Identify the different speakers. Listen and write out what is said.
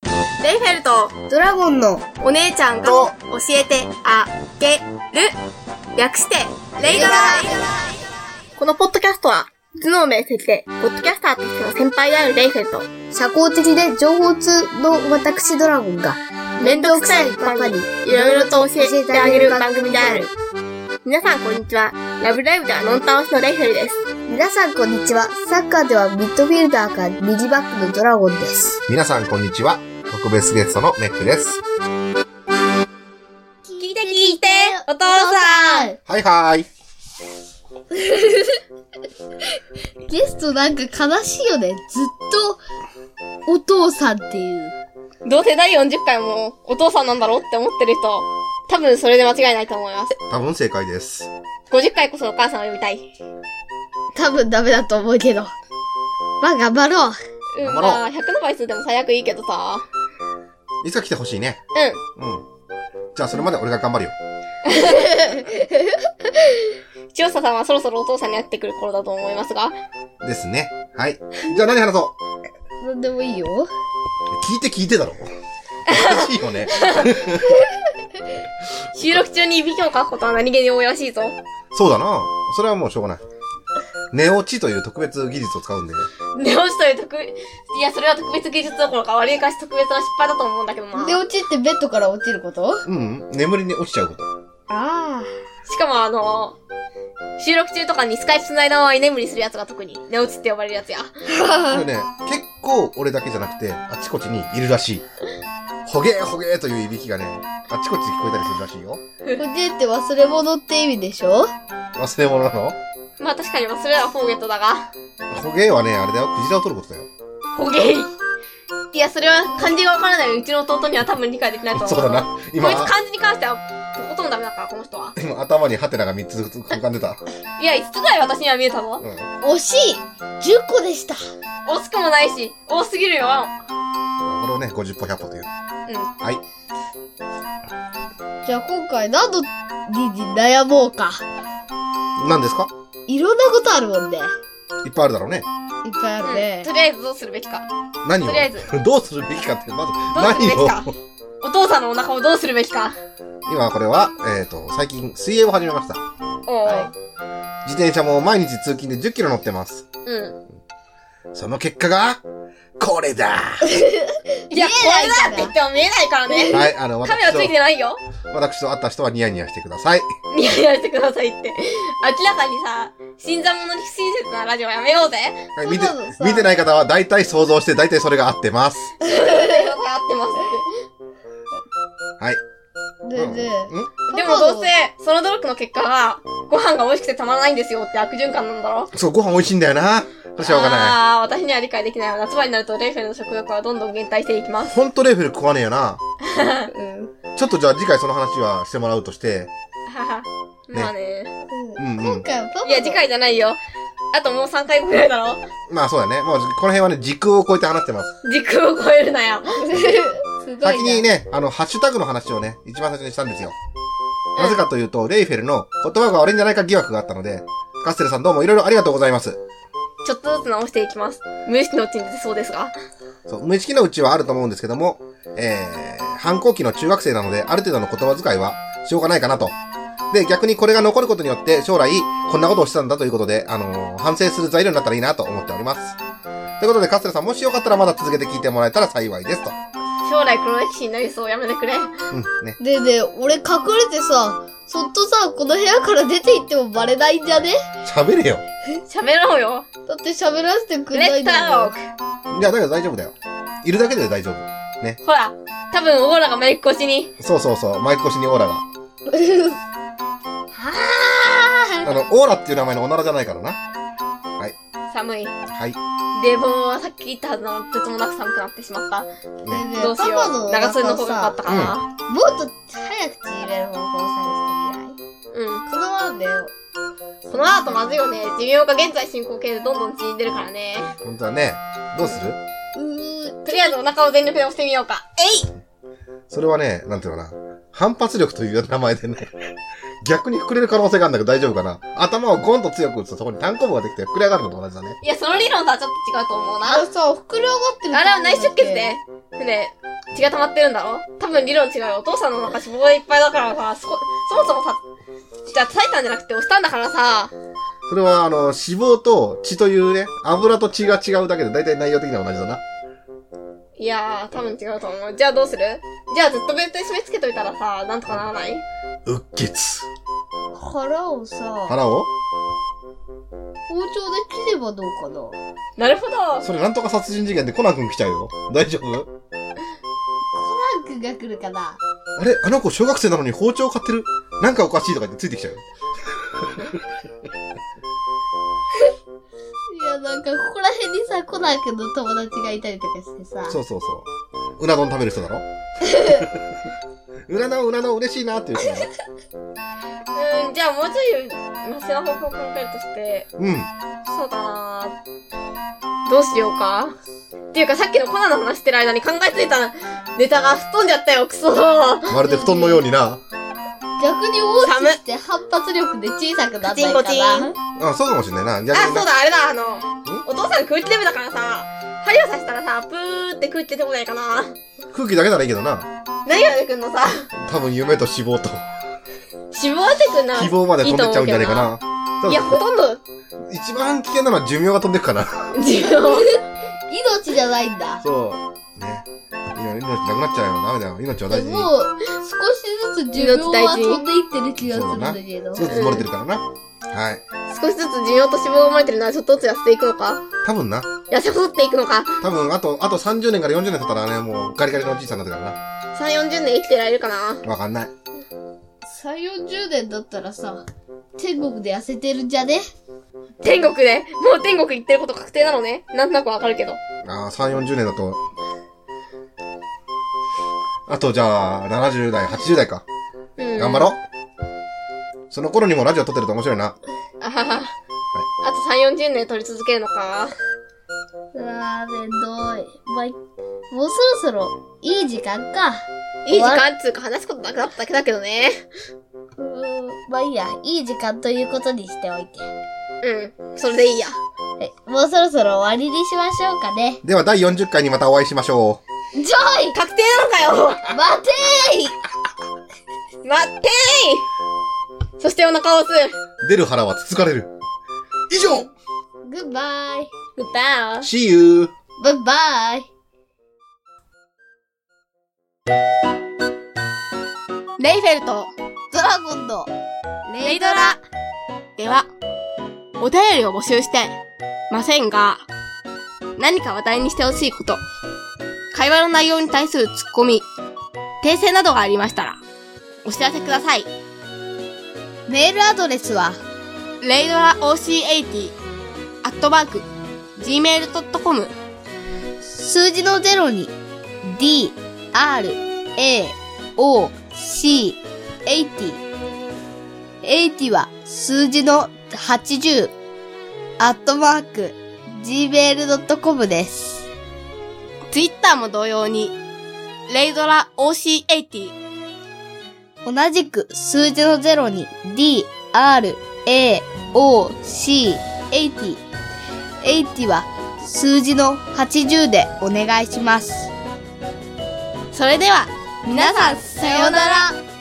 Speaker 1: イフェルト
Speaker 2: ドラゴンの
Speaker 1: お姉ちゃんが
Speaker 2: と
Speaker 1: 教えてあげる略してレイドラこのポッドキャストは頭脳明晰でポッドキャスターとしての先輩であるレイフェルト
Speaker 2: 社交的で情報通の私ドラゴンが
Speaker 1: 面倒くさいパパにいろいろと教えてあげる番組である皆さんこんにちはラブライブではノン倒しのレイフェルです
Speaker 2: 皆さんこんにちはサッカーではミッドフィルダーか右バックのドラゴンです
Speaker 3: 皆さんこんにちは。特別ゲストのメックです。
Speaker 1: 聞いて聞いてお父さん
Speaker 3: はいはい。
Speaker 4: ゲストなんか悲しいよね。ずっと、お父さんっていう。
Speaker 1: どうせ第40回もお父さんなんだろうって思ってる人多分それで間違いないと思います
Speaker 3: 多分正解です。
Speaker 1: 50回こそお母さんを呼びたい
Speaker 4: 多分ダメだと思うけど。まあ頑張ろう。
Speaker 1: うん、
Speaker 3: 頑張ろう
Speaker 1: まあ、100の倍数でも最悪いいけどさ。
Speaker 3: いつか来てほしいね。
Speaker 1: うん。
Speaker 3: うん。じゃあそれまで俺が頑張るよ。
Speaker 1: 千代さんはそろそろお父さんに会ってくる頃だと思いますが。
Speaker 3: ですね。はい。じゃあ何話そ
Speaker 4: なんでもいいよ。
Speaker 3: う聞いて聞いてだろ。おかしいよね。
Speaker 1: 収録中にいびきをかくことは何気に多いらしいぞ。
Speaker 3: そうだな。それはもうしょうがない。寝落ちという特別技術を使うんで。
Speaker 1: 寝落ちという特、いや、それは特別技術どころか、割りかし特別な失敗だと思うんだけどな。
Speaker 4: で、落ちってベッドから落ちること
Speaker 3: うん。眠りに落ちちゃうこと。
Speaker 4: ああ。
Speaker 1: しかもあの収録中とかにスカイプ繋いだまま居眠りするやつが特に、寝落ちって呼ばれるやつや。
Speaker 3: これね、結構俺だけじゃなくて、あちこちにいるら しい。ほげーほげーといういびきがね、あちこちで聞こえたりするらしいよ。
Speaker 4: これって忘れ物って意味でしょ
Speaker 3: 忘れ物なの
Speaker 1: まあ確かに忘れはフォーゲットだが、
Speaker 3: ほげーはね、あれだよ、クジラを取ることだよ。
Speaker 1: ほげい。いや、それは漢字がわからないうちの弟には多分理解できないと思う。
Speaker 3: そうだな。今
Speaker 1: こいつ、漢字に関しては、とことんダメだから、この人は。
Speaker 3: 今頭にハテナが3つ浮かんでた。
Speaker 1: いや、5つぐらい私には見えたぞ。
Speaker 3: うん。
Speaker 4: 惜しい !10 個でした
Speaker 1: 惜しくもないし、多すぎるよ。
Speaker 3: これをね、50歩100歩という。
Speaker 1: う
Speaker 3: はい。
Speaker 4: じゃあ今回何のに悩もうか。
Speaker 3: 何ですか
Speaker 4: いろんなことあるもんね。いっ
Speaker 3: いっぱいあるだろうね。
Speaker 4: ぱいある
Speaker 1: ん。
Speaker 4: ね
Speaker 1: と。りあえずどうするべきか。
Speaker 3: 何を
Speaker 1: とりあえず
Speaker 3: どうするべきかって、まず、
Speaker 1: どうするべきか
Speaker 3: 何を
Speaker 1: お父さんのお腹をどうするべきか。
Speaker 3: 今これは、えっ、と、最近水泳を始めました。
Speaker 1: おう、
Speaker 4: は
Speaker 3: 自転車も毎日通勤で10キロ乗ってます。
Speaker 1: う
Speaker 3: その結果が、こ れだ
Speaker 1: ん。いや、こ
Speaker 4: えない
Speaker 1: れだって言っても見えないからね。
Speaker 3: はい、あの、
Speaker 1: カメラ
Speaker 3: 私
Speaker 1: つい
Speaker 3: と
Speaker 1: て、ないよ。
Speaker 3: 私と会った人はニヤニヤしてください。
Speaker 1: ニヤニヤしてくださいって。明らかにさ、新参者に不親切なラジオやめようぜ。
Speaker 3: はい、
Speaker 4: そ
Speaker 3: 見
Speaker 4: ん
Speaker 3: て
Speaker 4: なの、さ
Speaker 3: 見てない方は大体想像して、大体それが合ってます。
Speaker 1: 合って ます
Speaker 3: はい。
Speaker 4: い。でね、
Speaker 3: うん
Speaker 1: でもどうせ、その努力の結果は、ご飯が美味しくてたまらないんですよって悪循環なんだろ
Speaker 3: そう、ご飯美味しいんだよな。しょうがない。
Speaker 1: ああ、私には理解できないわ。夏場になるとレイフェルの食欲はどんどん減退していきます。
Speaker 3: ほんとレーフェル食わねえよな。
Speaker 4: うん。
Speaker 3: ちょっとじゃあ次回その話はしてもらうとして、
Speaker 1: はは。まあね。
Speaker 4: うん
Speaker 3: うんうん
Speaker 4: 今回はパパの
Speaker 1: いや、次回じゃないよ。あともう3回ぐらいだろ。
Speaker 3: まあそうだね。もうこの辺はね、時空を超えて話してます。
Speaker 1: 時空を超えるなよ。
Speaker 4: すごいな。
Speaker 3: 先にね、あの、ハッシュタグの話をね、一番最初にしたんですよ。なぜかというと、レイフェルの言葉が悪いんじゃないか疑惑があったので、カステルさんどうもいろいろありがとうございます。
Speaker 1: ちょっとずつ直していきます。無意識のうちに出てそうですが。
Speaker 3: そう、無意識のうちはあると思うんですけども、えー、反抗期の中学生なので、ある程度の言葉遣いは、しょうがないかなと。で、逆にこれが残ることによって、将来、こんなことをしてたんだということで、あのー反省する材料になったらいいなと思っております。ということで、カステルさん、もしよかったらまだ続けて聞いてもらえたら幸いですと。
Speaker 1: 将来黒歴史になりそう。やめてくれ。
Speaker 3: うん、ね。
Speaker 4: でね、俺隠れてさ、そっとさ、この部屋から出て行ってもバレないんじゃね
Speaker 3: 喋れよ。
Speaker 1: 喋ろうよ。
Speaker 4: だって喋らせてく
Speaker 1: グ
Speaker 4: れな
Speaker 1: レ
Speaker 4: い
Speaker 1: ッ
Speaker 4: ん
Speaker 1: タ
Speaker 4: だ
Speaker 1: ーオ
Speaker 4: もん。
Speaker 1: ーク。
Speaker 3: いや、だけど大丈夫だよ。いるだけで大丈夫。
Speaker 1: ほら、多分オーラがめいっこしに。
Speaker 3: そうそうそう、マイク越しにオーラが。
Speaker 1: は
Speaker 3: あの、オーラっていう名前のおならじゃないからな。
Speaker 1: あ寒い。
Speaker 3: はい。
Speaker 1: 冷房はさっき言ったはずなのに、とてつもなく寒くなってしまった。
Speaker 3: ね。
Speaker 4: ねえねえ
Speaker 1: どうしよ
Speaker 4: パパの
Speaker 1: う。
Speaker 4: お腹
Speaker 1: 長袖の方が良かっ
Speaker 4: さ
Speaker 1: た、かな。
Speaker 4: もっと早く縮れる方法を探してみない
Speaker 1: うん。
Speaker 4: このままだよ。
Speaker 1: この後まずいよね。寿命が現在進行形でどんどん縮んでるからね。
Speaker 3: 本当はね、どうする
Speaker 4: うーん。
Speaker 1: とりあえずお腹を全力で押してみようか。えい
Speaker 3: それはね、なんていうのかな。反発力という名前でね、 逆に膨れる可能性があるんだけど大丈夫かな。頭をゴンと強く打つとそこに単行部ができて膨れ上がるのと同じだね。
Speaker 1: いや、その理論とはちょっと違うと思うな。
Speaker 4: あのさ、膨れ上がってる
Speaker 1: あれは内出血で。ね、血が溜まってるんだろ多分理論違うよ。お父さんの中脂肪がいっぱいだからさ、そこ、そもそもさ、じゃあ叩いたんじゃなくて押したんだからさ、
Speaker 3: それは、あの、脂肪と血というね、油と血が違うだけで、だいたい内容的には同じだな。
Speaker 1: いやー、多分違うと思う。じゃあどうするじゃあずっとベルトに締め付けといたらさ、なんとかならないう
Speaker 3: っけつ。
Speaker 4: 腹をさ、
Speaker 3: 腹を
Speaker 4: 包丁で切ればどうかな
Speaker 1: なるほど。
Speaker 3: それなんとか殺人事件でコナン君来ちゃうよ。大丈夫
Speaker 4: コナン君が来るかな
Speaker 3: あれあの子小学生なのに包丁買ってるなんかおかしいとか言ってついてきちゃうよ。
Speaker 4: いや、なんか、ここら辺にさ、コナン君の友達がいたりとかしてさ、
Speaker 3: そうそうそう。うな丼食べる人だろうな丼、うな丼嬉しいなっていう人だろ。
Speaker 1: うん、じゃあもうちょいマシな方法を考えるとして、
Speaker 3: うん。
Speaker 1: そうだなどうしようかっていうかさっきのコナンの話してる間に考えついたネタが吹っ飛んじゃったよ、クソ
Speaker 3: まるで布団のようにな。
Speaker 4: 逆に大きくして反発力で小さくなったり
Speaker 1: コチンコ
Speaker 4: か
Speaker 1: チ
Speaker 4: な
Speaker 1: ン。
Speaker 3: あ、そうかもしんないな。逆
Speaker 1: あ、
Speaker 3: に
Speaker 1: そう
Speaker 3: な。
Speaker 1: だ、あれだ、あの、お父さん空気デブだからさ、針を刺したらさ、プーって空気出てこないかな。
Speaker 3: 空気だけならいいけどな。
Speaker 1: 何が出てくんのさ、
Speaker 3: 多分夢と脂肪と
Speaker 1: 脂肪出てくんなら
Speaker 3: 希望まで飛んでっちゃうんじゃないか
Speaker 1: いいと思う
Speaker 3: な。多
Speaker 1: けど
Speaker 3: 分
Speaker 1: いや、ほとんど、
Speaker 3: 一番危険なのは寿命が飛んでくかな。
Speaker 1: 自分を
Speaker 4: 命じゃないんだ。
Speaker 3: そう。ね。今命なくなっちゃうよ。ダメだよ。命は
Speaker 4: で
Speaker 3: 大事に。
Speaker 4: も、少しずつ寿命は飛んでいってる気がす
Speaker 3: そ
Speaker 4: る
Speaker 3: うんだ
Speaker 4: だ
Speaker 3: な。
Speaker 4: けど。
Speaker 3: そう積もれてるからな。はい。
Speaker 1: 少しずつ寿命と脂肪が生まれてるのはちょっとずつ痩せていくのか
Speaker 3: 多分な。
Speaker 1: 痩せ細っていくのか
Speaker 3: 多分、あと、あと30年から40年経ったらね、もうガリガリのおじいさんになってるから
Speaker 1: ?3、40年生きてられるかな
Speaker 3: な。わかんない。
Speaker 4: 3、40年だったらさ、天国で痩せてるんじゃね
Speaker 1: 天国で、もう天国行ってること確定なのね。なんとなくわかるけど。
Speaker 3: ああ、3、40年だと。あと、じゃあ、70代、80代か。
Speaker 1: うん。
Speaker 3: 頑張ろう。その頃にもラジオ撮ってると面白いな。
Speaker 1: あはは。あと3、40年撮り続けるのか。
Speaker 4: うわー、めんどい。まあ、いもうそろそろ、いい時間か。
Speaker 1: いい時間っつうか話すことなくなっただけだけどね。
Speaker 4: うーん、まあいいや、いい時間ということにしておいて。
Speaker 1: うん。それでいいや。
Speaker 4: はい、もうそろそろ終わりにしましょうかね。
Speaker 3: では、第40回にまたお会いしましょう。
Speaker 4: ジョイ
Speaker 1: 確定なのかよ
Speaker 4: 待てーい
Speaker 1: 待ってーいそしてお腹を押す。
Speaker 3: 出る腹はつつかれる。以上
Speaker 4: グッバイ
Speaker 1: グッバー。
Speaker 3: !See you!
Speaker 4: バイバイ
Speaker 1: レイフェルト、
Speaker 4: ドラゴンの
Speaker 1: レイドラ。では、お便りを募集してませんが、何か話題にしてほしいこと、会話の内容に対するツッコミ、訂正などがありましたら、お知らせください。
Speaker 4: メールアドレスは
Speaker 1: レイドラ OC80、アットマーク、gmail.com、
Speaker 4: 数字の0に d, r, a, o, c, 80 80は数字の80アットマーク gmail.com です。
Speaker 1: Twitter も同様に、レイドラ OC80、
Speaker 4: 同じく数字の0に D, R, A, O, C, 80。80は数字の80でお願いします。
Speaker 1: それでは、
Speaker 4: 皆さん、さようなら